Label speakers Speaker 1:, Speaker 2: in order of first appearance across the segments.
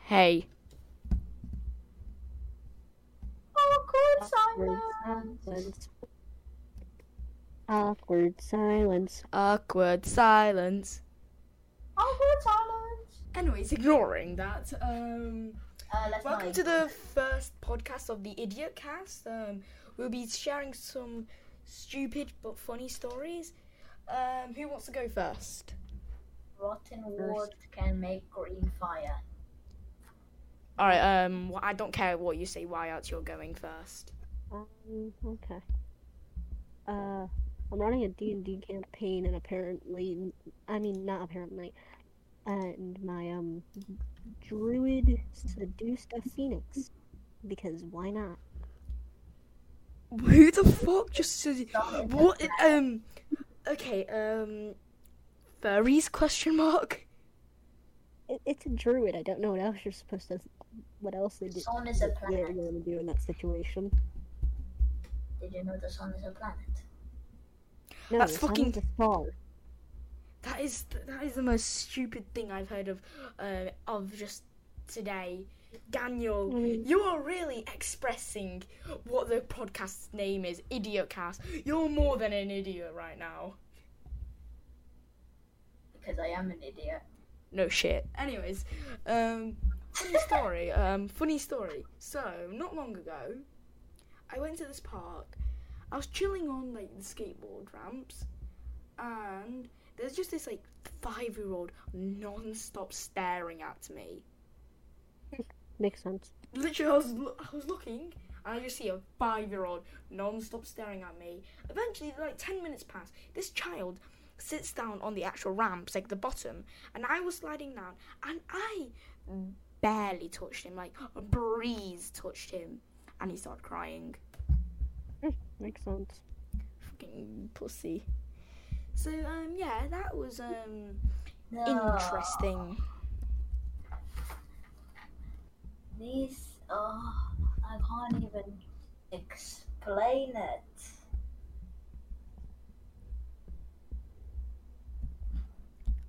Speaker 1: Hey.
Speaker 2: Awkward silence.
Speaker 3: Awkward silence.
Speaker 1: Awkward silence.
Speaker 2: Awkward silence.
Speaker 1: Anyways, ignoring that, um,
Speaker 2: Uh, let's
Speaker 1: welcome
Speaker 2: not-
Speaker 1: to the first podcast of the Idiot Cast. Um, we'll be sharing some stupid but funny stories. Um, who wants to go first?
Speaker 2: rotten wood can make green fire.
Speaker 1: All right. Um, wh- I don't care what you say. Why out? You're going first.
Speaker 3: Um, okay. Uh, I'm running a D&D campaign, and apparently, I mean, not apparently, and my, um, druid seduced a phoenix. Because why not?
Speaker 1: Who the fuck just said what? Um, okay. Um, furries? Question mark.
Speaker 3: It, it's a druid. I don't know what else you're supposed to, what else they do.
Speaker 2: The sun is a
Speaker 3: what you're
Speaker 2: planet.
Speaker 3: going to do in that situation.
Speaker 2: Did you know the sun is a planet?
Speaker 3: No,
Speaker 1: That's
Speaker 3: the sun
Speaker 1: fucking-
Speaker 3: is a star.
Speaker 1: That is that is the most stupid thing I've heard of uh, of just today. Daniel,
Speaker 3: Mm.
Speaker 1: you are really expressing what the podcast's name is, Idiotcast. You're more than an idiot right now.
Speaker 2: Because I am an idiot.
Speaker 1: No shit. Anyways, um, funny story. um, funny story. So not long ago, I went to this park. I was chilling on like the skateboard ramps, and there's just this like five-year-old non-stop staring at me.
Speaker 3: Makes sense.
Speaker 1: literally, I was, lo- I was looking, and I just see a five-year-old non-stop staring at me. Eventually, like ten minutes pass, this child sits down on the actual ramps, like the bottom, and I was sliding down, and I barely touched him, like a breeze touched him, and he started crying.
Speaker 3: Makes sense.
Speaker 1: Fucking pussy. So um yeah, that was um
Speaker 2: No.
Speaker 1: interesting.
Speaker 2: These, oh, I can't even explain it.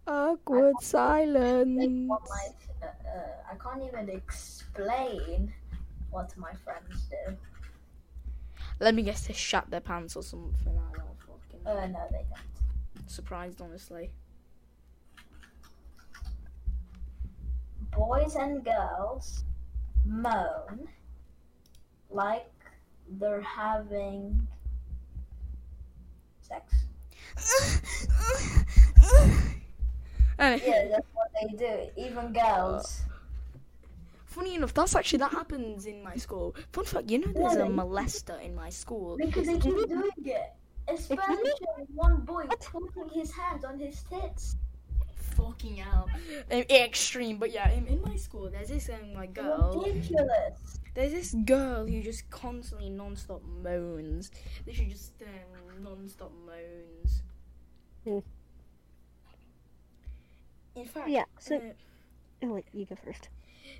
Speaker 1: Awkward
Speaker 2: Like
Speaker 1: silence.
Speaker 2: what my, uh, uh, I can't even explain what my friends do.
Speaker 1: Let me guess, they shat their pants or something. I don't fucking. know.
Speaker 2: Uh, no, they don't.
Speaker 1: surprised, honestly.
Speaker 2: Boys and girls moan like they're having sex. Yeah, that's what they do. Even girls.
Speaker 1: Funny enough, that's actually that happens in my school. Fun fact, you know there's a
Speaker 2: Really?
Speaker 1: molester in my school.
Speaker 2: Because they keep doing it. Especially one boy putting his hands on his tits.
Speaker 1: Fucking hell, um, extreme. But yeah, in, in my school there's this um like girl.
Speaker 2: Ridiculous.
Speaker 1: There's this girl who just constantly non-stop moans. Literally just um, non-stop moans.
Speaker 3: Hmm.
Speaker 1: In fact,
Speaker 3: Yeah, so-
Speaker 1: uh,
Speaker 3: Oh, wait, you go first.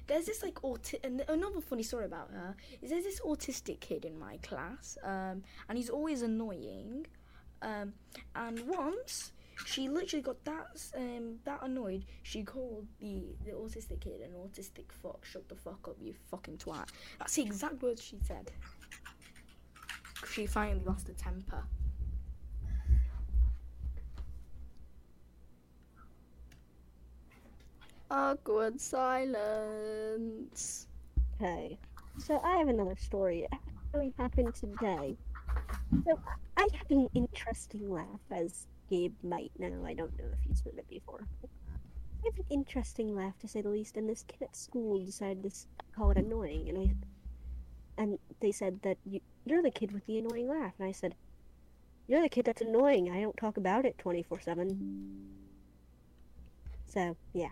Speaker 1: there's this like auti- and another funny story about her is there's this autistic kid in my class um, and he's always annoying um, and once she literally got that um, that annoyed she called the, the autistic kid an autistic fuck shut the fuck up you fucking twat that's the exact words she said she finally lost her temper awkward silence
Speaker 3: Okay. So I have another story. It actually happened today. So I had an interesting laugh, as Gabe might know. I don't know if he's heard it before. I have an interesting laugh, to say the least. And this kid at school decided to s- call it annoying, and I, and they said that you, you're the kid with the annoying laugh, and I said, you're the kid that's annoying. I don't talk about it twenty four seven. So yeah,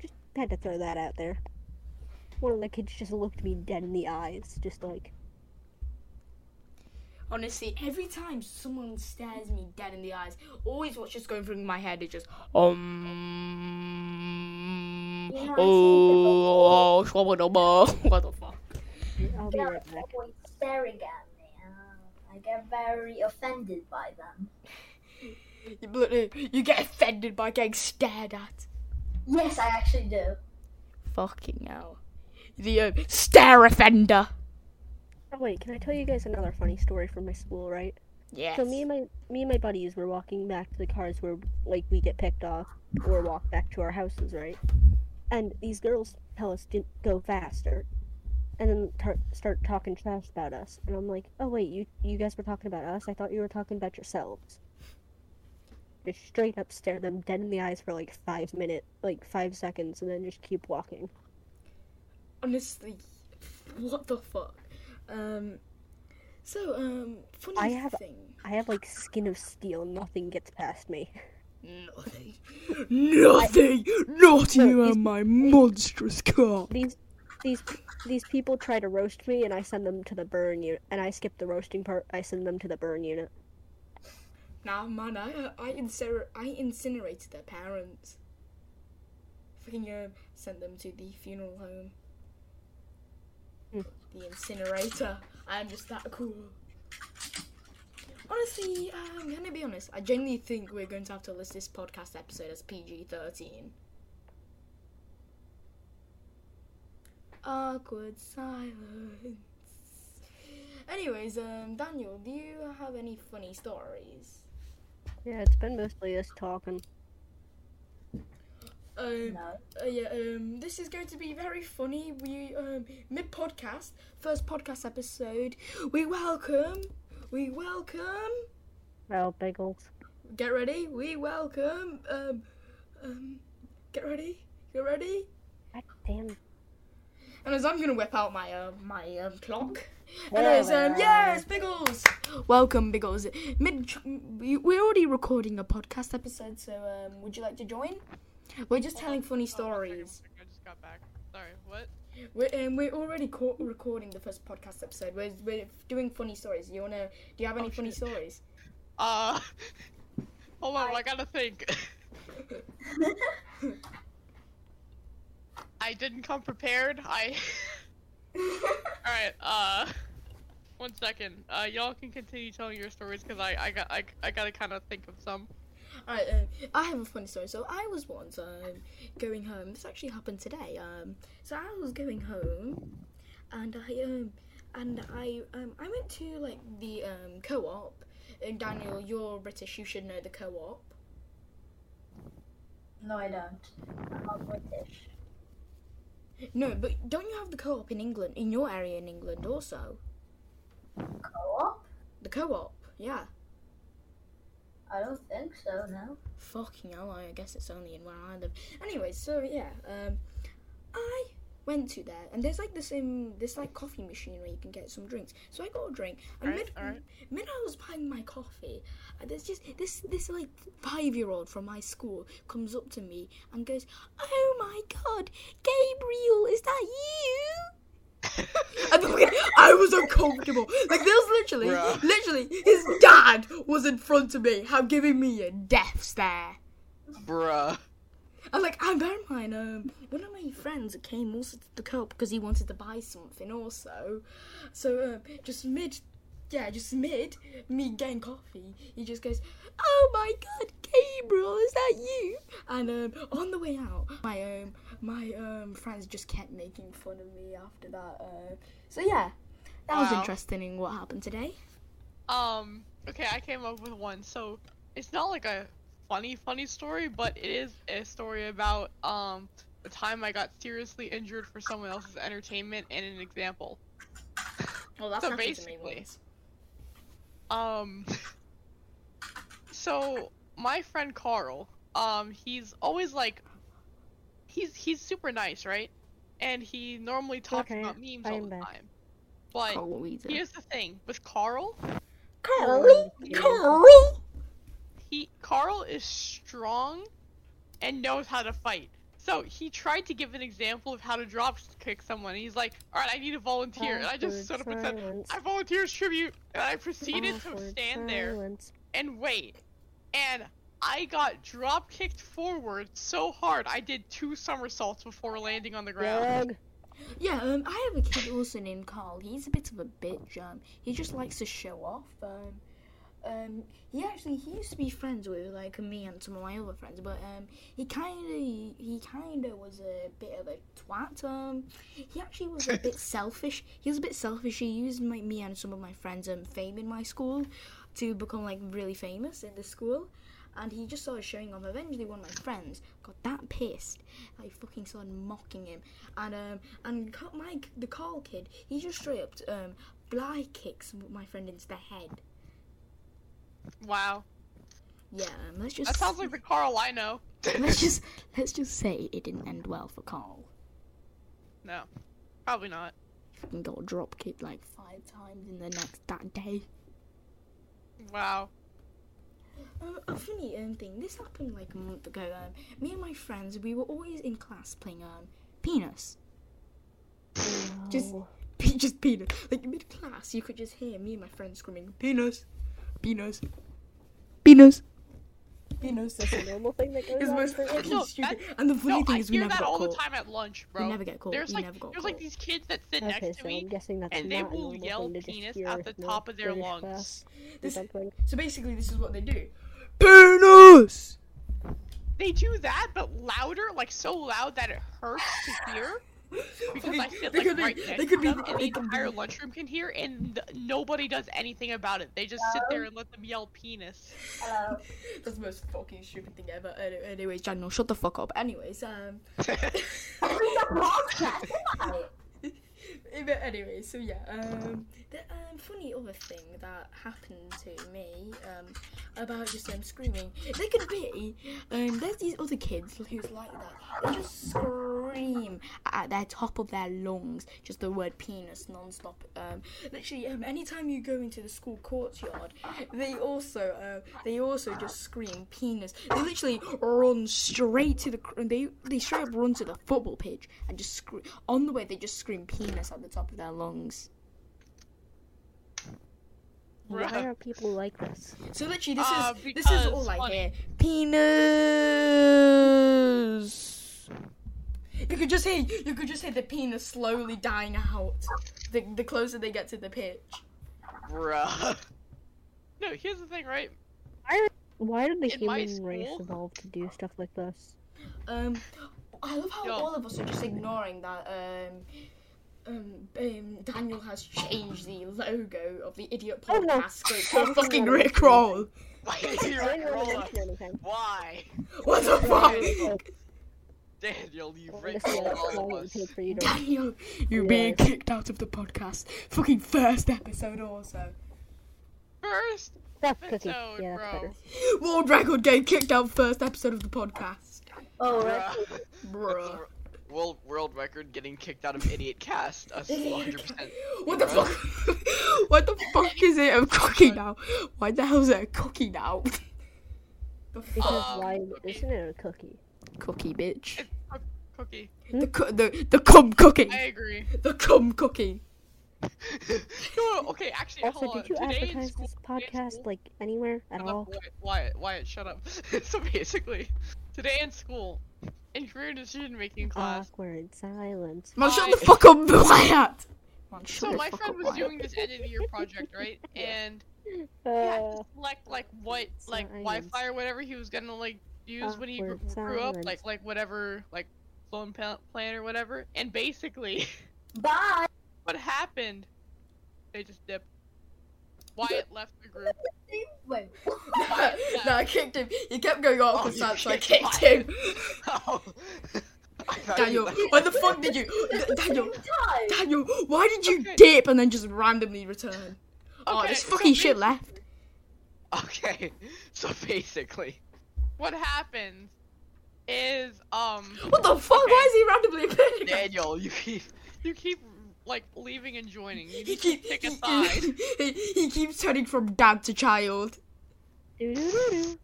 Speaker 3: just had to throw that out there one of the kids just looked me dead in the eyes, just like,
Speaker 1: Honestly, every time someone stares me dead in the eyes, always what's just going through my head is just um
Speaker 2: You know, I
Speaker 1: oh, oh, what the fuck?
Speaker 3: I'll be
Speaker 2: Girls
Speaker 3: right back.
Speaker 2: always staring at me. Uh, I get very offended by them.
Speaker 1: You, bloody- you get offended by getting stared at.
Speaker 2: Yes, I actually do.
Speaker 1: Fucking hell. The uh, stare offender.
Speaker 3: Oh wait, can I tell you guys another funny story from my school, right?
Speaker 1: Yes.
Speaker 3: So me and my me and my buddies were walking back to the cars where like we get picked off or walk back to our houses, right? And these girls tell us to go faster, and then tar- start talking trash about us. And I'm like, oh wait, you you guys were talking about us? I thought you were talking about yourselves. Just straight up stare them dead in the eyes for like five minute, like five seconds, and then just keep walking.
Speaker 1: Honestly, what the fuck? Um, so, um, funny
Speaker 3: I have-
Speaker 1: thing.
Speaker 3: I have like skin of steel. Nothing gets past me.
Speaker 1: Nothing. Nothing! Not
Speaker 3: No,
Speaker 1: you
Speaker 3: it's-
Speaker 1: and my monstrous car.
Speaker 3: these these these people try to roast me and I send them to the burn unit and I skip the roasting part I send them to the burn unit
Speaker 1: Nah, man, I, I, incer- I incinerated their parents. Fucking um, sent them to the funeral home.
Speaker 3: Hmm.
Speaker 1: The incinerator. I am just that cool. Honestly, um, can I be honest? I genuinely think we're going to have to list this podcast episode as PG 13. Awkward silence. Anyways, um, Daniel, do you have any funny stories?
Speaker 3: yeah it's been mostly us talking
Speaker 1: Um,
Speaker 2: No.
Speaker 1: uh, yeah, um, this is going to be very funny. We um, mid podcast, first podcast episode. We welcome, we welcome.
Speaker 3: well bagels
Speaker 1: Get ready. We welcome. Um, um, get ready. Get ready.
Speaker 3: god damn
Speaker 1: And as I'm gonna whip out my uh, my um, clock. And as um, yes, Biggles. Welcome, Biggles. Mid, we- we're already recording a podcast episode, so um, would you like to join? We're just telling funny stories.
Speaker 4: Oh, I just got back. Sorry, what?
Speaker 1: We're, um, we're already co- recording the first podcast episode. We're, we're doing funny stories. You wanna? Do you have any
Speaker 4: Oh,
Speaker 1: funny
Speaker 4: shit.
Speaker 1: stories?
Speaker 4: Uh, hold on, I gotta think. I didn't come prepared. I. Alright, uh. One second. Uh, y'all can continue telling your stories because I, I, got, I, I gotta kind of think of some.
Speaker 1: Alright, um, I have a funny story. So I was once um, going home. This actually happened today. Um, so I was going home, and I um, and I um, I went to like the um, co-op. And Daniel, you're British. You should know the co-op.
Speaker 2: No, I don't. I'm not British.
Speaker 1: No, but don't you have the co-op in England? In your area in England also?
Speaker 2: Co-op?
Speaker 1: The co-op. Yeah.
Speaker 2: I don't think so. No.
Speaker 1: Fucking hell, I guess it's only in where I live. Anyway, so yeah, um, I went to there, and there's like this um, this like coffee machine where you can get some drinks. So I got a drink, and
Speaker 4: Alright,
Speaker 1: mid,
Speaker 4: alright.
Speaker 1: mid I was buying my coffee, and there's just this this like five year old from my school comes up to me and goes, "Oh my god, Gabriel, is that you?" And the fucking- I was uncomfortable. Like there was literally,
Speaker 4: Bruh.
Speaker 1: literally, his dad was in front of me, how giving me a death stare.
Speaker 4: Bruh.
Speaker 1: And like, I bear in mind, um, one of my friends came also to the co-op because he wanted to buy something also. So um, just mid, yeah, just mid me getting coffee, he just goes, "Oh my God, Gabriel, is that you?" And um, on the way out, my um, my um, friends just kept making fun of me after that. Uh, so yeah, that was
Speaker 4: Wow.
Speaker 1: interesting in what happened today.
Speaker 4: Um, okay, I came up with one. So it's not like a funny, funny story, but it is a story about um the time I got seriously injured for someone else's entertainment and an example.
Speaker 1: Well, that's
Speaker 4: So
Speaker 1: happened to me
Speaker 4: basically-
Speaker 1: once.
Speaker 4: Um, so my friend Carl, um, he's always like, he's he's super nice, right? And he normally talks
Speaker 3: Okay,
Speaker 4: about memes
Speaker 3: I
Speaker 4: all
Speaker 3: am
Speaker 4: the
Speaker 3: back.
Speaker 4: time. But
Speaker 1: Carl Weezer.
Speaker 4: here's the thing with Carl,
Speaker 1: Carly,
Speaker 3: Yeah.
Speaker 1: Carly.
Speaker 4: he Carl is strong and knows how to fight. So he tried to give an example of how to drop kick someone. He's like, "All right, I need a volunteer," and I just stood up and said,
Speaker 3: Silence.
Speaker 4: "I volunteer as tribute," and I proceeded to
Speaker 3: Awkward
Speaker 4: stand there
Speaker 3: silence.
Speaker 4: and wait. And I got drop kicked forward so hard I did two somersaults before landing on the ground.
Speaker 3: Doug.
Speaker 1: Yeah, um, I have a kid also named Carl. He's a bit of a bitch. Um, he just likes to show off. Um, um, he actually he used to be friends with like me and some of my other friends, but um, he kind of he kind of was a bit of a twat. Um, he actually was a bit selfish. He was a bit selfish. He used my, me and some of my friends' um, fame in my school to become like really famous in the school. And he just started showing off. Eventually, one of my friends got that pissed. I fucking started mocking him, and um, and Ca- my the Carl kid, he just straight up um, fly kicks my friend into the head.
Speaker 4: Wow.
Speaker 1: Yeah, um, let's just
Speaker 4: That sounds like the Carl I know.
Speaker 1: let's just let's just say it didn't end well for Carl.
Speaker 4: no. Probably not.
Speaker 1: Fucking got drop kicked like five times in the next that day.
Speaker 4: Wow.
Speaker 1: Um, a funny um, thing. This happened like a month ago. Um, me and my friends, we were always in class playing um penis, Just-
Speaker 3: No.
Speaker 1: Pe- just penis. Like mid class, you could just hear me and my friends screaming penis, penis, penis, penis.
Speaker 3: That's a normal thing that goes
Speaker 1: It's the
Speaker 3: on.
Speaker 1: most
Speaker 3: for
Speaker 1: fucking
Speaker 4: No,
Speaker 1: stupid. And the funny
Speaker 4: no,
Speaker 1: thing
Speaker 4: I
Speaker 1: is, we
Speaker 4: hear
Speaker 1: never
Speaker 4: that
Speaker 1: got
Speaker 4: all the
Speaker 1: caught.
Speaker 4: time at lunch,
Speaker 1: We
Speaker 4: bro.
Speaker 1: never get caught.
Speaker 4: There's
Speaker 1: we
Speaker 4: like
Speaker 1: never got
Speaker 4: there's like
Speaker 1: caught.
Speaker 4: these kids that sit
Speaker 3: Okay,
Speaker 4: next to
Speaker 3: so
Speaker 4: me
Speaker 3: I'm guessing that's
Speaker 4: and they
Speaker 3: not a
Speaker 4: will
Speaker 3: normal
Speaker 4: yell
Speaker 3: thing to just
Speaker 4: penis
Speaker 3: hear
Speaker 4: at the
Speaker 3: in a
Speaker 4: top of their
Speaker 3: British
Speaker 4: lungs.
Speaker 3: class.
Speaker 1: This-
Speaker 3: Is that what-
Speaker 1: So basically, this is what they do. Penis.
Speaker 4: They do that, but louder, like so loud that it hurts to hear. Because I sit
Speaker 1: they
Speaker 4: like
Speaker 1: could
Speaker 4: right
Speaker 1: be,
Speaker 4: next
Speaker 1: they could
Speaker 4: to
Speaker 1: be,
Speaker 4: them, and the
Speaker 1: they could be-
Speaker 4: entire lunchroom can hear, and th- nobody does anything about it. They just sit there and let them yell penis.
Speaker 2: Hello.
Speaker 1: That's the most fucking stupid thing ever. Any- Anyways, Daniel, shut the fuck up. Anyways, um,
Speaker 2: It's a podcast. Why?
Speaker 1: but anyway, so yeah, um, the um, funny other thing that happened to me, um, about just them screaming, they could be, um, there's these other kids who's like that. They just scream at their top of their lungs, just the word penis non-stop. Um, literally, um, anytime you go into the school courtyard, they also, uh, they also just scream penis. They literally run straight to the, cr- they, they straight up run to the football pitch and just scream. On the way, they just scream penis at the top of their lungs.
Speaker 3: Why are people like this?
Speaker 1: So literally, this
Speaker 4: Ah,
Speaker 1: is this is all
Speaker 4: because
Speaker 1: I
Speaker 4: funny.
Speaker 1: hear. Penis. You could just hear you could just hear the penis slowly dying out. The, the closer they get to the pitch.
Speaker 4: Bruh. No, here's the thing, right?
Speaker 3: Why did the
Speaker 4: In my
Speaker 3: human race
Speaker 4: school-
Speaker 3: evolve to do stuff like this?
Speaker 1: Um, I love how
Speaker 4: Yo.
Speaker 1: all of us are just ignoring that. Um. Um, um, Daniel has changed the logo of the Idiot
Speaker 3: Oh, no.
Speaker 1: Podcast group to
Speaker 3: Fucking
Speaker 1: fucking
Speaker 3: no.
Speaker 1: Rick Roll.
Speaker 4: Why is he
Speaker 3: I didn't
Speaker 4: Rickroll
Speaker 3: want to
Speaker 4: up?
Speaker 3: mention anything.
Speaker 4: Why?
Speaker 1: What the fuck?
Speaker 4: Daniel, you
Speaker 3: I wanted to see how
Speaker 4: Rickrolled
Speaker 3: long
Speaker 4: all
Speaker 3: it
Speaker 4: of
Speaker 3: would
Speaker 4: us.
Speaker 3: take for you to
Speaker 1: Daniel, you're
Speaker 3: Yeah.
Speaker 1: being kicked out of the podcast. Fucking first episode, also.
Speaker 4: First
Speaker 3: That's cookie.
Speaker 4: episode,
Speaker 3: Yeah, that's
Speaker 4: bro.
Speaker 3: better.
Speaker 1: World record game kicked out first episode of the podcast.
Speaker 2: Oh, right.
Speaker 4: Bruh.
Speaker 1: Bruh.
Speaker 4: World world record getting kicked out of Idiot Cast. Us 100. percent
Speaker 1: What the fuck? what the fuck is it a cookie now? Why the hell is it a cookie now? the fuck?
Speaker 3: Because
Speaker 4: Um,
Speaker 3: why
Speaker 4: okay.
Speaker 3: isn't it a cookie?
Speaker 1: Cookie, bitch.
Speaker 4: Cookie.
Speaker 1: The, cu- the, the cum cookie.
Speaker 4: I agree.
Speaker 1: The cum cookie.
Speaker 4: no, okay, actually,
Speaker 3: Also,
Speaker 4: hold
Speaker 3: did you
Speaker 4: on. Today in
Speaker 3: advertise
Speaker 4: school,
Speaker 3: this
Speaker 4: today in
Speaker 3: podcast
Speaker 4: school-
Speaker 3: like anywhere at
Speaker 4: Shut up,
Speaker 3: all?
Speaker 4: Wyatt, Wyatt, Wyatt, shut up. so basically, today in school, in career decision
Speaker 3: Uh,
Speaker 4: making class,
Speaker 3: Awkward silence.
Speaker 1: Man, shut the
Speaker 4: I-
Speaker 1: fuck up, Wyatt. Man, shut
Speaker 4: so
Speaker 1: the
Speaker 4: my
Speaker 1: fuck
Speaker 4: friend
Speaker 1: up,
Speaker 4: was
Speaker 1: Wyatt.
Speaker 4: doing this end of the year project, right? And he had
Speaker 3: Uh,
Speaker 4: to select like what,
Speaker 3: it's
Speaker 4: like
Speaker 3: not
Speaker 4: Wi-Fi or whatever he was gonna like use when he gr-
Speaker 3: Awkward
Speaker 4: grew up,
Speaker 3: silence.
Speaker 4: like like whatever, like phone pa- plan or whatever. And basically,
Speaker 2: Bye.
Speaker 4: what happened? They just dipped. Wyatt left the group.
Speaker 2: Wait.
Speaker 1: no, I kicked him. He kept going off
Speaker 4: Oh,
Speaker 1: the
Speaker 4: you
Speaker 1: side, so I
Speaker 4: kicked
Speaker 1: kicked
Speaker 4: Wyatt.
Speaker 1: him.
Speaker 4: Oh.
Speaker 1: Daniel, why the fuck did you? Daniel,
Speaker 2: Time.
Speaker 1: Daniel, why did you
Speaker 4: Okay.
Speaker 1: dip and then just randomly return? Oh,
Speaker 4: Okay,
Speaker 1: there's
Speaker 4: so
Speaker 1: fucking shit
Speaker 4: basi-
Speaker 1: left.
Speaker 4: Okay, so basically, what happens is um
Speaker 1: What the fuck? Why is he randomly appearing?
Speaker 4: Daniel, you keep you keep like leaving and joining. You
Speaker 1: He,
Speaker 4: need to
Speaker 1: keep,
Speaker 4: pick
Speaker 1: he,
Speaker 4: a side.
Speaker 1: he, he keeps turning from dad to child.
Speaker 3: doo-doo-doo-doo.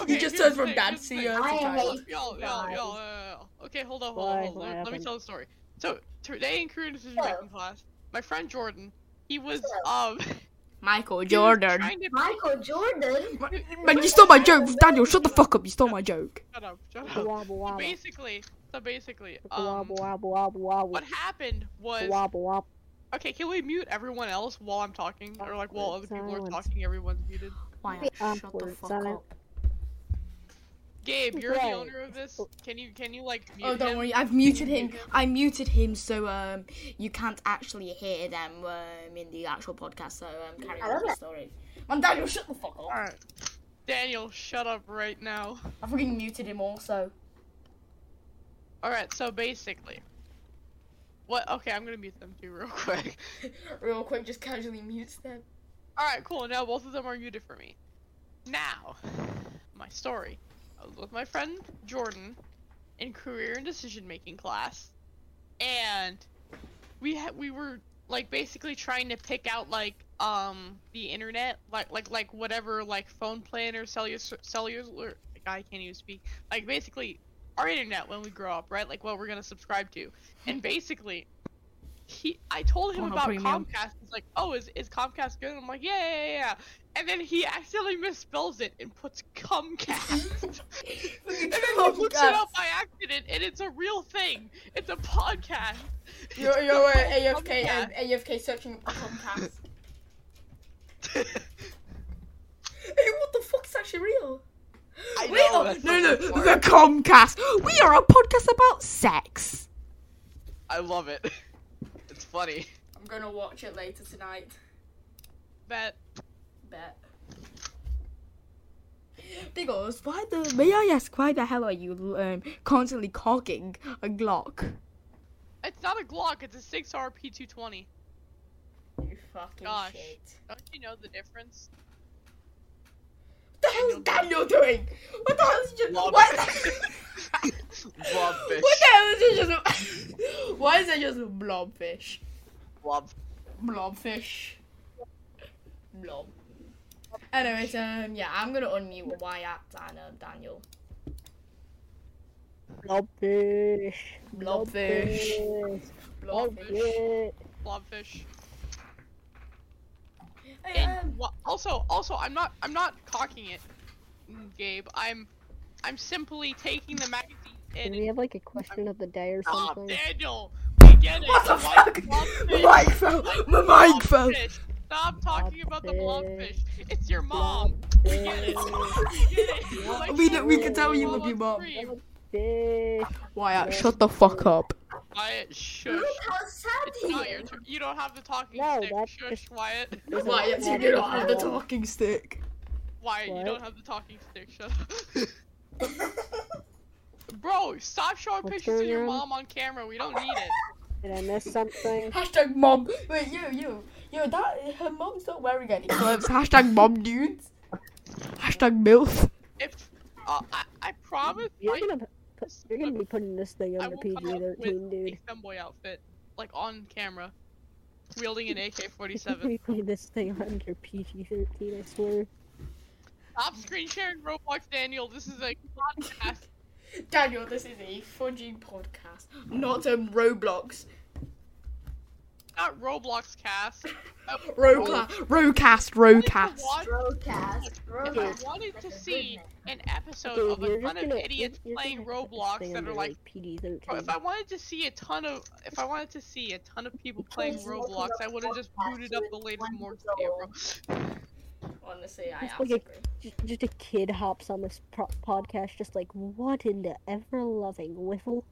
Speaker 4: Okay,
Speaker 1: he just turns
Speaker 4: here's the
Speaker 1: from
Speaker 4: thing,
Speaker 1: dad
Speaker 4: here's the
Speaker 1: to,
Speaker 4: thing.
Speaker 1: uh,
Speaker 2: I
Speaker 1: to child.
Speaker 2: hate- E
Speaker 4: Yo, yo, yo, uh, okay, hold on, hold
Speaker 3: Why?
Speaker 4: on, hold
Speaker 3: What
Speaker 4: on. Let, let me
Speaker 3: happened?
Speaker 4: tell the story. So today in career decision making class, my friend Jordan, he was
Speaker 2: Hello.
Speaker 4: um
Speaker 1: Michael
Speaker 4: he was
Speaker 1: Jordan.
Speaker 4: trying to-
Speaker 2: Michael Jordan.
Speaker 1: Man, you stole my joke, Daniel. Shut the fuck up. You stole my joke.
Speaker 4: shut up, shut up.
Speaker 3: Wobble wobble.
Speaker 4: Basically, so basically, um,
Speaker 3: Wobble wobble wobble wobble.
Speaker 4: what happened was
Speaker 3: Wobble wobble.
Speaker 4: Okay, can we mute everyone else while I'm talking? Or like while other people are
Speaker 3: Silence.
Speaker 4: talking, everyone's muted.
Speaker 1: Quiet. Shut the
Speaker 3: Awkward
Speaker 1: fuck
Speaker 3: silence.
Speaker 1: up.
Speaker 4: Gabe, you're the
Speaker 3: Right.
Speaker 4: owner of this. Can you can you like mute
Speaker 1: Oh, don't
Speaker 4: him?
Speaker 1: worry. I've muted him. I muted him so um you can't actually hear them um in the actual podcast. So um carry
Speaker 3: I
Speaker 1: on
Speaker 3: love
Speaker 1: with the
Speaker 3: it.
Speaker 1: story. Man, Daniel, shut the fuck
Speaker 4: All
Speaker 1: up.
Speaker 4: right. Daniel, shut up right now.
Speaker 1: I fucking muted him also.
Speaker 4: All right, so basically, what? Okay, I'm gonna mute them too real quick.
Speaker 1: Real quick, just casually mutes them.
Speaker 4: All right, cool. Now both of them are muted for me. Now, my story. I was with my friend Jordan in career and decision making class, and we had we were like basically trying to pick out like um the internet like like like whatever like phone plan or cellular cellular like, I can't even speak like basically our internet when we grow up right like what we're gonna subscribe to, and basically. He, I told him
Speaker 1: Pornhub
Speaker 4: about
Speaker 1: Premium.
Speaker 4: Comcast. He's like, "Oh, is, is Comcast good?" And I'm like, "Yeah, yeah, yeah, yeah." And then he accidentally misspells it and puts Comcast. and then
Speaker 1: Oh,
Speaker 4: he looks it up by accident, and it's a real thing. It's a podcast.
Speaker 1: You're, you're uh, AFK,
Speaker 4: Comcast.
Speaker 1: um, AFK searching Comcast. hey, what the fuck's actually real?
Speaker 4: I
Speaker 1: We
Speaker 4: know,
Speaker 1: are-
Speaker 4: that's
Speaker 1: no,
Speaker 4: the
Speaker 1: no,
Speaker 4: best part.
Speaker 1: the Comcast. We are a podcast about sex.
Speaker 4: I love it. It's funny.
Speaker 1: I'm gonna watch it later tonight.
Speaker 4: But
Speaker 1: Bet. Because why the may I ask why the hell are you um, constantly cocking a Glock?
Speaker 4: it's not a Glock. It's a 6R P220.
Speaker 1: You fucking
Speaker 4: Gosh.
Speaker 1: shit.
Speaker 4: Don't you know the difference?
Speaker 1: What the hell is Daniel doing? What the hell is he just
Speaker 4: Love
Speaker 1: what?
Speaker 4: Blobfish.
Speaker 1: What the hell is he just? why is it just blobfish?
Speaker 4: Blob.
Speaker 1: Blobfish. Blob. Anyways, um, yeah, I'm gonna unmute Wyatt and um, Daniel.
Speaker 3: Blobfish.
Speaker 1: Blobfish. Blobfish.
Speaker 3: Blobfish.
Speaker 4: Blobfish.
Speaker 1: Hey, um,
Speaker 4: And wha- also, also, I'm not, I'm not cocking it, Gabe. I'm, I'm simply taking the magazine
Speaker 3: Do
Speaker 4: and
Speaker 3: we have like a question of the day or
Speaker 4: Stop,
Speaker 3: something?
Speaker 4: Daniel. We get it.
Speaker 1: What the
Speaker 4: Why
Speaker 1: fuck?
Speaker 4: blobfish?
Speaker 1: My mic fell. My mic fell.
Speaker 4: Blobfish. Stop talking about the blobfish. It's your mom. We get it.
Speaker 3: Blobfish.
Speaker 4: We get it. Like,
Speaker 1: We don't- we can tell
Speaker 4: your
Speaker 1: you love your mom.
Speaker 4: on screen.
Speaker 3: Blobfish.
Speaker 1: Wyatt, shut the fuck up.
Speaker 4: Wyatt, shush.
Speaker 2: Look how sad
Speaker 4: It's
Speaker 2: he
Speaker 4: not your
Speaker 2: is.
Speaker 4: turn. You don't have the talking
Speaker 3: No,
Speaker 4: stick.
Speaker 3: that's
Speaker 4: Shush,
Speaker 3: just-
Speaker 4: Wyatt.
Speaker 3: Isn't
Speaker 1: Wyatt,
Speaker 3: that
Speaker 1: uh, you do not
Speaker 3: bad?
Speaker 1: have the talking stick.
Speaker 4: Wyatt, you
Speaker 3: What?
Speaker 4: don't have the talking stick. Shut up. Bro, stop showing
Speaker 3: What's
Speaker 4: pictures of
Speaker 3: going
Speaker 4: your
Speaker 3: on?
Speaker 4: mom on camera. We don't need it.
Speaker 3: Did I miss something?
Speaker 1: Hashtag mom. Wait, you, you, you. That her mom's not wearing any clothes. Hashtag mom dudes. Hashtag milf.
Speaker 4: If uh, I, I promise,
Speaker 3: You're
Speaker 4: Wyatt,
Speaker 3: gonna put, you're gonna be putting this thing
Speaker 4: I
Speaker 3: under
Speaker 4: will come out with
Speaker 3: PG-13,
Speaker 4: a
Speaker 3: dude.
Speaker 4: femboy outfit, like on camera, wielding an
Speaker 3: You're
Speaker 4: AK-47.
Speaker 3: gonna put this thing under PG-13. I swear.
Speaker 4: Stop screen sharing Roblox, Daniel. This is a podcast.
Speaker 1: Daniel, this is a fudging podcast, not um Roblox,
Speaker 4: Not Roblox cast. Uh,
Speaker 1: Robla, Rocast,
Speaker 4: if I
Speaker 1: Rocast.
Speaker 4: want-
Speaker 2: Broadcast.
Speaker 4: If I
Speaker 2: Broadcast.
Speaker 4: wanted to see an episode
Speaker 3: Dude,
Speaker 4: Oh, of
Speaker 3: you're
Speaker 4: a
Speaker 3: just
Speaker 4: ton of
Speaker 3: gonna-
Speaker 4: idiots
Speaker 3: you're- you're
Speaker 4: playing
Speaker 3: gonna put this
Speaker 4: Roblox
Speaker 3: thing
Speaker 4: that
Speaker 3: under,
Speaker 4: are like
Speaker 3: PG-13.
Speaker 4: Bro, if I wanted to see a ton of, if I wanted to see a ton of people playing
Speaker 2: Please look
Speaker 4: Roblox,
Speaker 2: up
Speaker 4: I would have just
Speaker 2: podcasts
Speaker 4: booted up
Speaker 2: with
Speaker 4: the latest
Speaker 2: one
Speaker 4: Morgs
Speaker 2: years
Speaker 4: camera.
Speaker 2: old.
Speaker 1: Honestly, I
Speaker 3: It's
Speaker 1: am
Speaker 3: like a-
Speaker 1: agree.
Speaker 3: J- just a kid hops on this pro- podcast, just like what in the ever loving whiffle?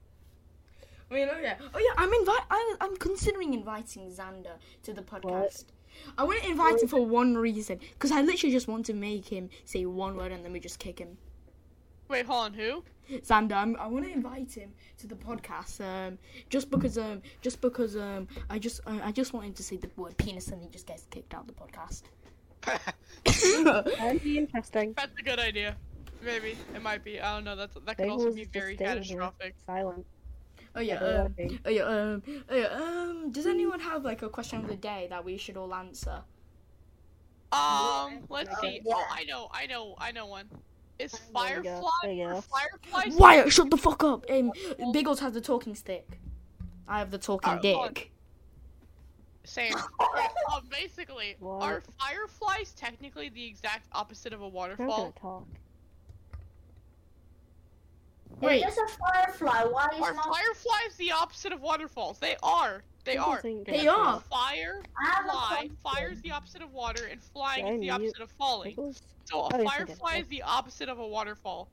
Speaker 1: I mean, oh yeah, oh yeah. I'm invite. I'm, I'm considering inviting Xander to the podcast. I want to invite him for one reason, because I literally just want to make him say one word and then we just kick him.
Speaker 4: Wait, hold on, who?
Speaker 1: Xander, I'm, I want to invite him to the podcast. Um, just because, um, just because, um, I just, uh, I just want him to say the word penis, and he just gets kicked out of the podcast.
Speaker 3: That'd be interesting.
Speaker 4: That's a good idea. Maybe it might be. I don't know. That's that could
Speaker 3: Maybe
Speaker 4: also
Speaker 3: we'll
Speaker 4: be
Speaker 3: just
Speaker 4: very
Speaker 3: stay here.
Speaker 4: catastrophic.
Speaker 3: Silent.
Speaker 1: oh yeah,
Speaker 3: ever
Speaker 1: um,
Speaker 3: loving.
Speaker 1: oh yeah, um, oh yeah. Um, does anyone have like a question of the day that we should all answer?
Speaker 4: Um, let's
Speaker 2: Yeah.
Speaker 4: see. Oh, I know, I know, I know one. Is
Speaker 3: There you go,
Speaker 4: Firefly
Speaker 3: there you
Speaker 4: or
Speaker 3: go.
Speaker 4: Firefly?
Speaker 1: Wyatt, shut the fuck up. Um, Biggles has the talking stick. I have the talking
Speaker 4: Alright, hold on.
Speaker 1: dick.
Speaker 4: Same. Alright, um, basically,
Speaker 3: What?
Speaker 4: are fireflies technically the exact opposite of a
Speaker 3: We're not gonna
Speaker 4: waterfall?
Speaker 3: talk.
Speaker 2: It's
Speaker 5: Wait.
Speaker 2: just a firefly. Why is
Speaker 4: Are
Speaker 2: not?
Speaker 4: fireflies the opposite of waterfalls? They are. They are.
Speaker 5: They are.
Speaker 4: Fire,
Speaker 2: I have a
Speaker 4: fly,
Speaker 2: question.
Speaker 4: fire is the opposite of water, and flying
Speaker 3: Did I
Speaker 4: is the
Speaker 3: mute
Speaker 4: opposite of falling.
Speaker 3: Pickles?
Speaker 4: So
Speaker 3: Oh, yes, I
Speaker 4: a
Speaker 3: did.
Speaker 4: firefly is the opposite of a waterfall.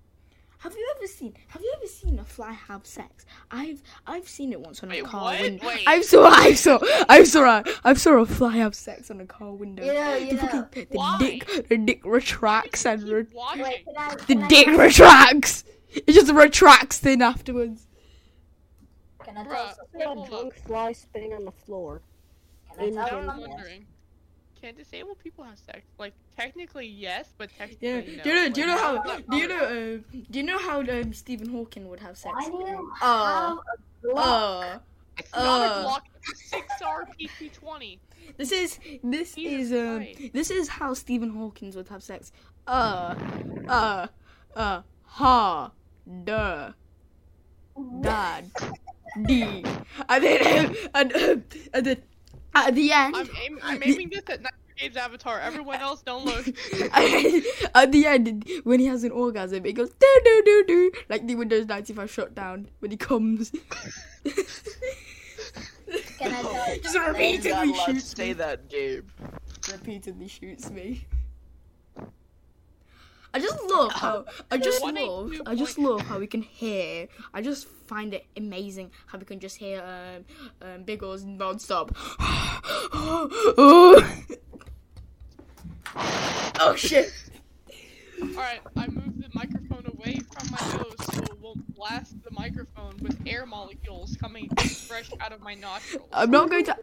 Speaker 1: Have you ever seen? Have you ever seen a fly have sex? I've I've seen it once on a
Speaker 4: Wait,
Speaker 1: car
Speaker 4: what?
Speaker 1: window.
Speaker 4: Wait.
Speaker 1: I saw I saw I saw a, I saw a fly have sex on a car window.
Speaker 2: Yeah,
Speaker 1: The,
Speaker 2: yeah.
Speaker 1: fucking, the
Speaker 4: Why?
Speaker 1: dick the dick retracts and re-
Speaker 4: Keep watching.
Speaker 2: Wait, can I?
Speaker 1: the
Speaker 2: can I-
Speaker 1: dick retracts. It just retracts thin afterwards.
Speaker 2: Can I tell
Speaker 4: Bruh,
Speaker 2: something?
Speaker 3: Yeah,
Speaker 4: hold
Speaker 3: drunk
Speaker 4: up.
Speaker 3: fly spitting on the floor.
Speaker 2: Can I
Speaker 4: Now
Speaker 2: tell
Speaker 4: I'm
Speaker 2: something?
Speaker 4: wondering, can disabled people have sex? Like technically yes, but technically
Speaker 1: Yeah.
Speaker 4: no.
Speaker 1: Do you know? Do you know
Speaker 4: Like,
Speaker 1: how?
Speaker 4: not
Speaker 1: Do you
Speaker 4: common.
Speaker 1: know? Um, do you know how um, Stephen Hawking would have sex?
Speaker 2: Why do you have
Speaker 1: Oh,
Speaker 2: a block?
Speaker 1: oh.
Speaker 4: It's not
Speaker 1: Uh.
Speaker 4: a block. It's a six R PT twenty.
Speaker 1: This is this is
Speaker 4: Jesus
Speaker 1: um
Speaker 4: Christ.
Speaker 1: this is how Stephen Hawkins would have sex. Uh, uh, uh, ha, duh, dad, d, and then and um, and then at the end.
Speaker 4: I'm, aim- I'm aiming this at Nitro Games Avatar. Everyone else, don't look.
Speaker 1: At the end, when he has an orgasm, it goes do do do do like the Windows 95 shutdown when he comes.
Speaker 2: Can I tell
Speaker 1: Just
Speaker 6: You're not
Speaker 1: repeatedly
Speaker 6: allowed to
Speaker 1: shoots
Speaker 6: say
Speaker 1: me.
Speaker 6: that, Gabe.
Speaker 1: Repeatedly shoots me. I just love how I just
Speaker 4: One eight
Speaker 1: love
Speaker 4: two
Speaker 1: I just
Speaker 4: point-
Speaker 1: love how we can hear. I just find it amazing how we can just hear um, um Biggles non-stop. oh shit!
Speaker 4: All right, I moved the microphone away from my nose so it won't blast the microphone with air molecules coming fresh out of my nostrils.
Speaker 1: I'm not going to.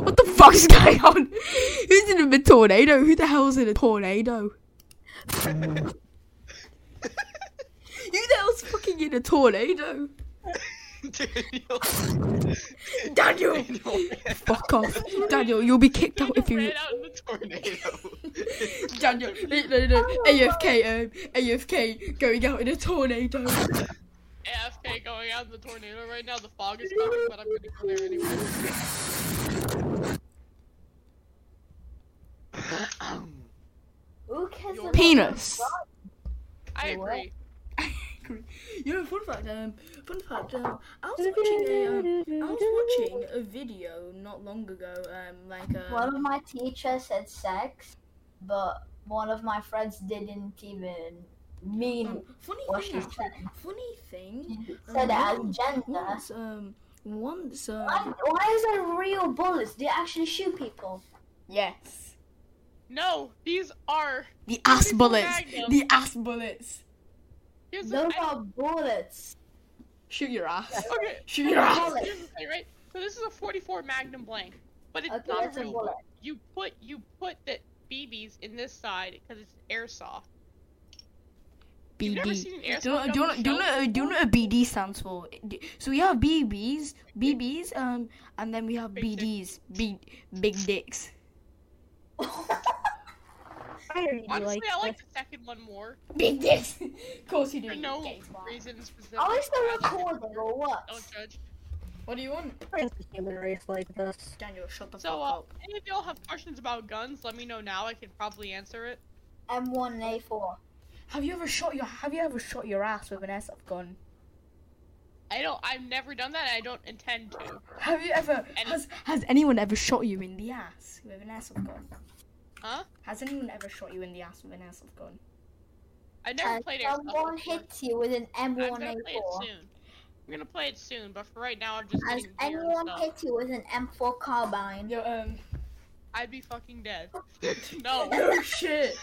Speaker 1: What the fuck is going on? Who's in a tornado? Who the hell's in a tornado? Who the hell's fucking in a tornado?
Speaker 6: Daniel. Daniel
Speaker 1: Daniel!
Speaker 6: ran
Speaker 1: Fuck off. Daniel, you'll be kicked out
Speaker 4: Daniel
Speaker 1: if you.
Speaker 4: ran out in the
Speaker 6: a tornado.
Speaker 1: Daniel, no, no, no. AFK, um, AFK going out in a tornado.
Speaker 4: AFK going out in the tornado right now. The fog is coming, but I'm gonna go there anyway.
Speaker 2: Who cares about
Speaker 1: Penis.
Speaker 4: I agree.
Speaker 1: You know, fun fact, um, fun fact, um, I was watching a, um, I was watching a video not long ago, um, like, um,
Speaker 2: One of my teachers said sex, but one of my friends didn't even mean
Speaker 4: Mm.
Speaker 1: um, funny
Speaker 2: what
Speaker 1: thing,
Speaker 2: she
Speaker 1: actually,
Speaker 2: said.
Speaker 1: funny thing,
Speaker 2: She
Speaker 1: um,
Speaker 2: said as
Speaker 1: once-
Speaker 2: gender.
Speaker 1: once, um, once,
Speaker 2: Why,
Speaker 1: um,
Speaker 2: why is there real bullets? They actually shoot people.
Speaker 1: yes,
Speaker 4: No, these are.
Speaker 1: the ass
Speaker 4: Beautiful
Speaker 1: bullets,
Speaker 4: Magnum.
Speaker 1: the ass bullets,
Speaker 4: Here's the,
Speaker 2: Those
Speaker 4: I-
Speaker 2: are bullets.
Speaker 1: shoot your ass,
Speaker 4: okay,
Speaker 1: shoot your ass,
Speaker 2: Bullet.
Speaker 4: here's the thing, right? So this is a 44 Magnum blank, but it's
Speaker 2: Okay,
Speaker 4: not
Speaker 2: that's
Speaker 4: a
Speaker 2: a
Speaker 4: real
Speaker 2: bullet.
Speaker 4: you put you put the BBs in this side because it's airsoft. You've never
Speaker 1: BD.
Speaker 4: seen an airsoft.
Speaker 1: Do you know,
Speaker 4: gun
Speaker 1: do you know, do you
Speaker 4: with
Speaker 1: know,
Speaker 4: shells?
Speaker 1: do you uh, know what a BD stands for? D- So we have BBs, BBs, um, and then we have
Speaker 4: Big
Speaker 1: BDs, big, big dicks.
Speaker 3: Why are you
Speaker 4: Honestly,
Speaker 3: like
Speaker 4: I like
Speaker 3: this?
Speaker 4: the second one more
Speaker 1: Big dicks. of course you do.
Speaker 4: for no
Speaker 1: you gay twat.
Speaker 4: reason specific.
Speaker 2: Are we still recording or what?
Speaker 4: Don't judge.
Speaker 1: What do you want?
Speaker 3: Why is the human race like this?
Speaker 1: Daniel, shut the
Speaker 4: So,
Speaker 1: fuck
Speaker 4: uh,
Speaker 1: up.
Speaker 4: any of y'all have questions about guns? Let me know now. I can probably answer it.
Speaker 2: M1A4.
Speaker 1: Have you ever shot your Have you ever shot your ass with an airsoft gun?
Speaker 4: I don't. I've never done that. and I don't intend to.
Speaker 1: Have you ever
Speaker 4: And-
Speaker 1: has Has anyone ever shot you in the ass with an airsoft gun?
Speaker 4: Huh?
Speaker 1: Has anyone ever shot you in the ass with an airsoft gun?
Speaker 4: I've never
Speaker 2: And
Speaker 4: played airsoft.
Speaker 2: someone
Speaker 4: before.
Speaker 2: hits you with an
Speaker 4: I'm gonna play it
Speaker 2: M1A4.
Speaker 4: soon. I'm gonna play it soon, but for right now, I'm just.
Speaker 2: Has
Speaker 4: getting bored and
Speaker 2: anyone
Speaker 4: stuff.
Speaker 2: hit you with an M4 carbine?
Speaker 1: Yo, um.
Speaker 4: I'd be fucking dead. no.
Speaker 1: Oh shit.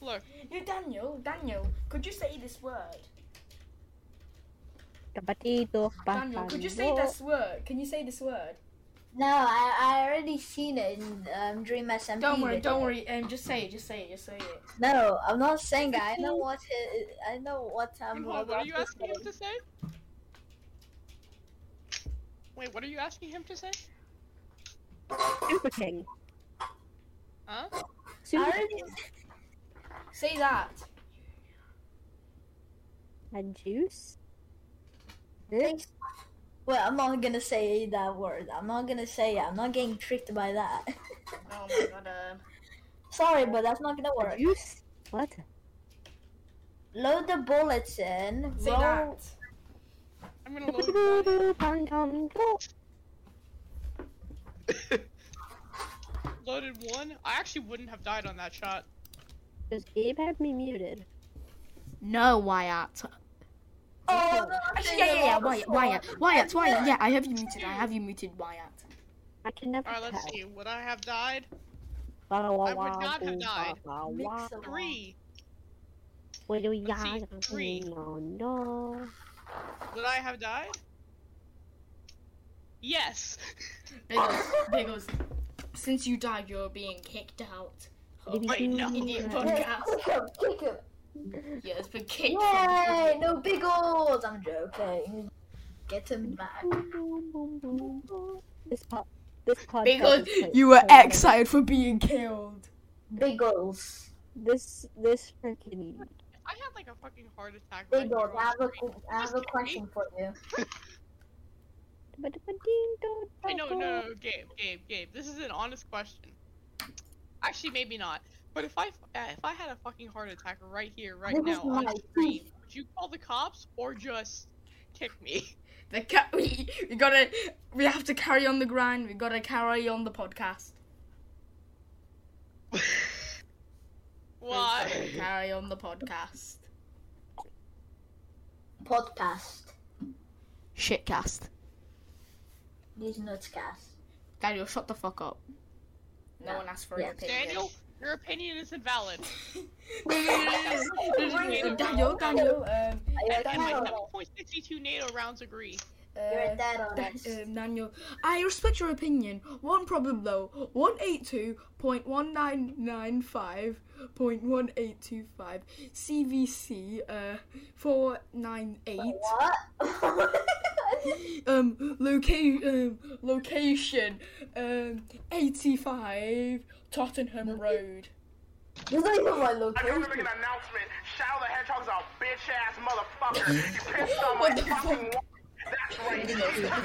Speaker 4: Look.
Speaker 1: Yo, Daniel, Daniel, could you say this word?
Speaker 3: Capatito,
Speaker 1: Daniel, could you say
Speaker 3: papando.
Speaker 1: this word? Can you say this word?
Speaker 2: No, I, I already seen it in um, Dream SMP.
Speaker 1: Don't worry,
Speaker 2: video.
Speaker 1: don't worry. Um, just say it, just say it, just say it.
Speaker 2: No, I'm not saying I know what it, I know what I'm
Speaker 4: Hold on,
Speaker 2: about
Speaker 4: what are you
Speaker 2: to
Speaker 4: asking him
Speaker 2: say.
Speaker 4: to say? Wait, what are you asking him to say?
Speaker 3: Super King.
Speaker 4: Huh?
Speaker 2: I
Speaker 3: Super
Speaker 2: already
Speaker 1: Say that.
Speaker 3: and juice.
Speaker 2: Thanks. Well, I'm not gonna say that word. I'm not gonna say it. I'm not getting tricked by that.
Speaker 1: Oh my god. Um,
Speaker 2: Sorry, but that's not gonna work.
Speaker 3: Juice. What?
Speaker 2: Load the bullets in.
Speaker 7: Say
Speaker 2: roll-
Speaker 7: that.
Speaker 4: I'm gonna load. mine.
Speaker 3: Wait,
Speaker 4: Loaded one. I actually wouldn't have died on that shot.
Speaker 3: Does Gabe have me muted?
Speaker 7: No, Wyatt.
Speaker 2: Oh, no,
Speaker 7: Actually, yeah, yeah, yeah, Wyatt, Wyatt, Wyatt, Wyatt. Yeah, I have you muted. I have you muted, Wyatt.
Speaker 3: I can never
Speaker 4: Alright, let's
Speaker 3: tell.
Speaker 4: see. Would I have died?
Speaker 3: Wah, wah,
Speaker 4: I would
Speaker 3: wah,
Speaker 4: not have
Speaker 3: ooh, wah,
Speaker 4: died.
Speaker 3: wah, wah.
Speaker 2: Mix 'em.
Speaker 4: Three.
Speaker 3: What do
Speaker 4: Let's see,
Speaker 3: y'all
Speaker 4: three.
Speaker 3: No, no.
Speaker 4: Would I have died? Yes.
Speaker 1: There goes, there goes. Since you died, you're being kicked out. of
Speaker 3: Did
Speaker 4: Oh, Wait,
Speaker 3: you-
Speaker 4: no.
Speaker 1: Idiot
Speaker 2: Yeah,
Speaker 1: podcast.
Speaker 2: Kick him, kick him.
Speaker 1: Yeah, it's been kicked. from-
Speaker 2: Yay! No big old. I'm joking. Get him back.
Speaker 3: Boom, boom, boom, boom, boom. This pop. This podcast.
Speaker 7: Because
Speaker 3: is so-
Speaker 7: you were
Speaker 3: so bad.
Speaker 7: excited for being killed.
Speaker 2: Big goals.
Speaker 3: This this freaking
Speaker 4: I had like a fucking heart attack. when
Speaker 2: Big
Speaker 4: I
Speaker 2: goals.
Speaker 4: came
Speaker 2: I have
Speaker 4: on
Speaker 2: a,
Speaker 4: stream.
Speaker 2: I have a question for you. Oh,
Speaker 4: Wait, no, no, no, no, Gabe, Gabe, Gabe. This is an honest question. Actually, maybe not. But if I uh, if I had a fucking heart attack right here, right
Speaker 2: This
Speaker 4: now,
Speaker 2: is
Speaker 4: on
Speaker 2: my
Speaker 4: stream, would you call the cops or just kick me?
Speaker 1: The ca- we, we gotta, we have to carry on the grind. We gotta carry on the podcast.
Speaker 4: Why?
Speaker 1: Carry on the podcast.
Speaker 2: Podcast.
Speaker 7: Shitcast.
Speaker 2: These nuts cast.
Speaker 1: Daniel, shut the fuck up. No
Speaker 2: Yeah.
Speaker 1: one asked for
Speaker 2: Yeah.
Speaker 1: your opinion.
Speaker 4: Daniel, your opinion is invalid.
Speaker 1: No, no, no, no, no, no, no, no, Daniel, Daniel, um,
Speaker 2: You're
Speaker 4: And my
Speaker 2: dead on it.
Speaker 4: 7.62 NATO rounds agree.
Speaker 2: You're
Speaker 1: uh,
Speaker 2: dead on
Speaker 1: Dan-
Speaker 2: it.
Speaker 1: um, Daniel, I respect your opinion. One problem though, 182.1995.1825 CVC uh 498
Speaker 2: What?
Speaker 1: um location um, location um 85 Tottenham Road.
Speaker 2: This is even my
Speaker 8: I come to
Speaker 2: location.
Speaker 8: make an announcement. Shadow the Hedgehog's a bitch ass motherfucker. You pissed on my
Speaker 1: What the
Speaker 8: fucking wa- That's right. He took his dick off,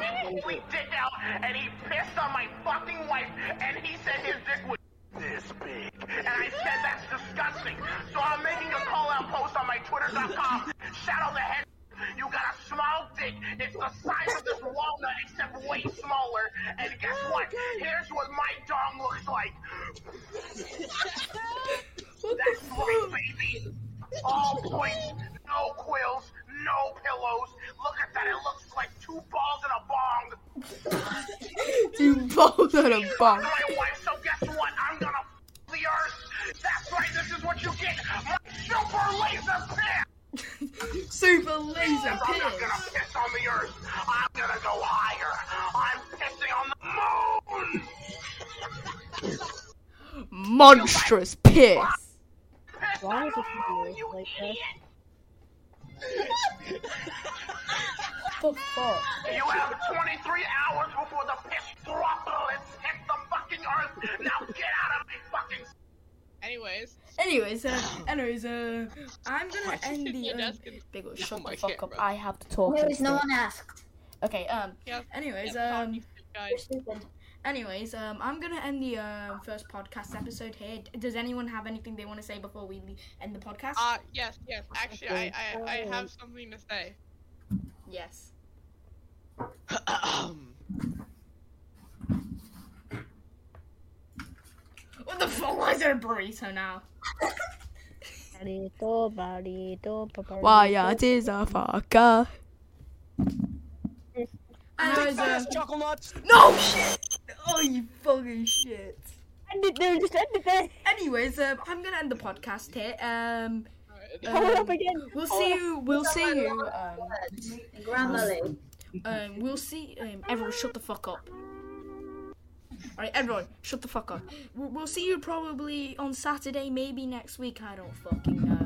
Speaker 8: holy dick out, and he pissed on my fucking wife, and he said his dick was this big. And I said that's disgusting. So I'm making a call out post on my Twitter.com. Shadow the Hedgehog. You got a small dick. It's the size of this walnut, except way smaller. And guess
Speaker 1: Oh,
Speaker 8: what? Here's what my dong looks like.
Speaker 1: What the
Speaker 8: That's right,
Speaker 1: fuck?
Speaker 8: baby. All points, no quills, no pillows. Look at that. It looks like two balls in a bong.
Speaker 7: You both had a bong.
Speaker 8: My wife, so guess what? I'm gonna f- the earth. That's right. This is what you get. My super laser piss.
Speaker 1: Super laser
Speaker 8: I'm not
Speaker 1: piss.
Speaker 8: gonna piss on the earth. I'm gonna go higher. I'm pissing on the moon.
Speaker 7: Monstrous piss.
Speaker 8: Piss
Speaker 3: Why
Speaker 8: on
Speaker 3: is
Speaker 8: the
Speaker 3: it
Speaker 8: moon,
Speaker 3: noise
Speaker 8: you
Speaker 3: like
Speaker 8: idiot.
Speaker 3: this?
Speaker 1: What the fuck?
Speaker 8: You have 23 hours before the piss throttle has hit the fucking earth. Now get out of my fucking
Speaker 4: Anyways,
Speaker 1: Anyways, uh, anyways, uh, I'm
Speaker 4: Why
Speaker 1: gonna
Speaker 4: did
Speaker 1: end
Speaker 4: you
Speaker 1: the.
Speaker 4: do
Speaker 1: Um,
Speaker 4: that?
Speaker 1: Big ol'
Speaker 4: Oh
Speaker 1: shut
Speaker 4: my
Speaker 1: the fuck up.
Speaker 4: camera.
Speaker 1: I have to talk.
Speaker 2: There
Speaker 1: and
Speaker 2: is no
Speaker 1: stuff.
Speaker 2: one asked.
Speaker 1: Okay. Um.
Speaker 4: Yeah.
Speaker 1: Anyways,
Speaker 4: yeah, fuck
Speaker 1: um.
Speaker 4: you stupid guys.
Speaker 2: You're stupid.
Speaker 1: Anyways, um. I'm gonna end the um first podcast episode here. D- Does anyone have anything they want to say before we le- end the podcast?
Speaker 4: Uh, yes, yes. Actually, I, I, I
Speaker 3: Okay.
Speaker 4: have something to say.
Speaker 1: yes. What the fuck? Why is there a burrito now?
Speaker 3: Barito, barito, barito.
Speaker 7: Wyatt Ah, is a fucker.
Speaker 1: Anyways, um,
Speaker 9: chuckle nuts.
Speaker 1: no shit. Oh, you fucking shit.
Speaker 3: End it there. Just end it there.
Speaker 1: Anyways, um, I'm gonna end the podcast here. Um,
Speaker 2: Uh,
Speaker 3: Hold it up
Speaker 1: um,
Speaker 3: again.
Speaker 1: we'll see you. We'll see you. Um,
Speaker 2: Grammarly.
Speaker 1: Um, we'll see. Um, everyone, shut the fuck up. Alright, everyone, shut the fuck up. We'll, we'll see you probably on Saturday, maybe next week. I don't fucking know.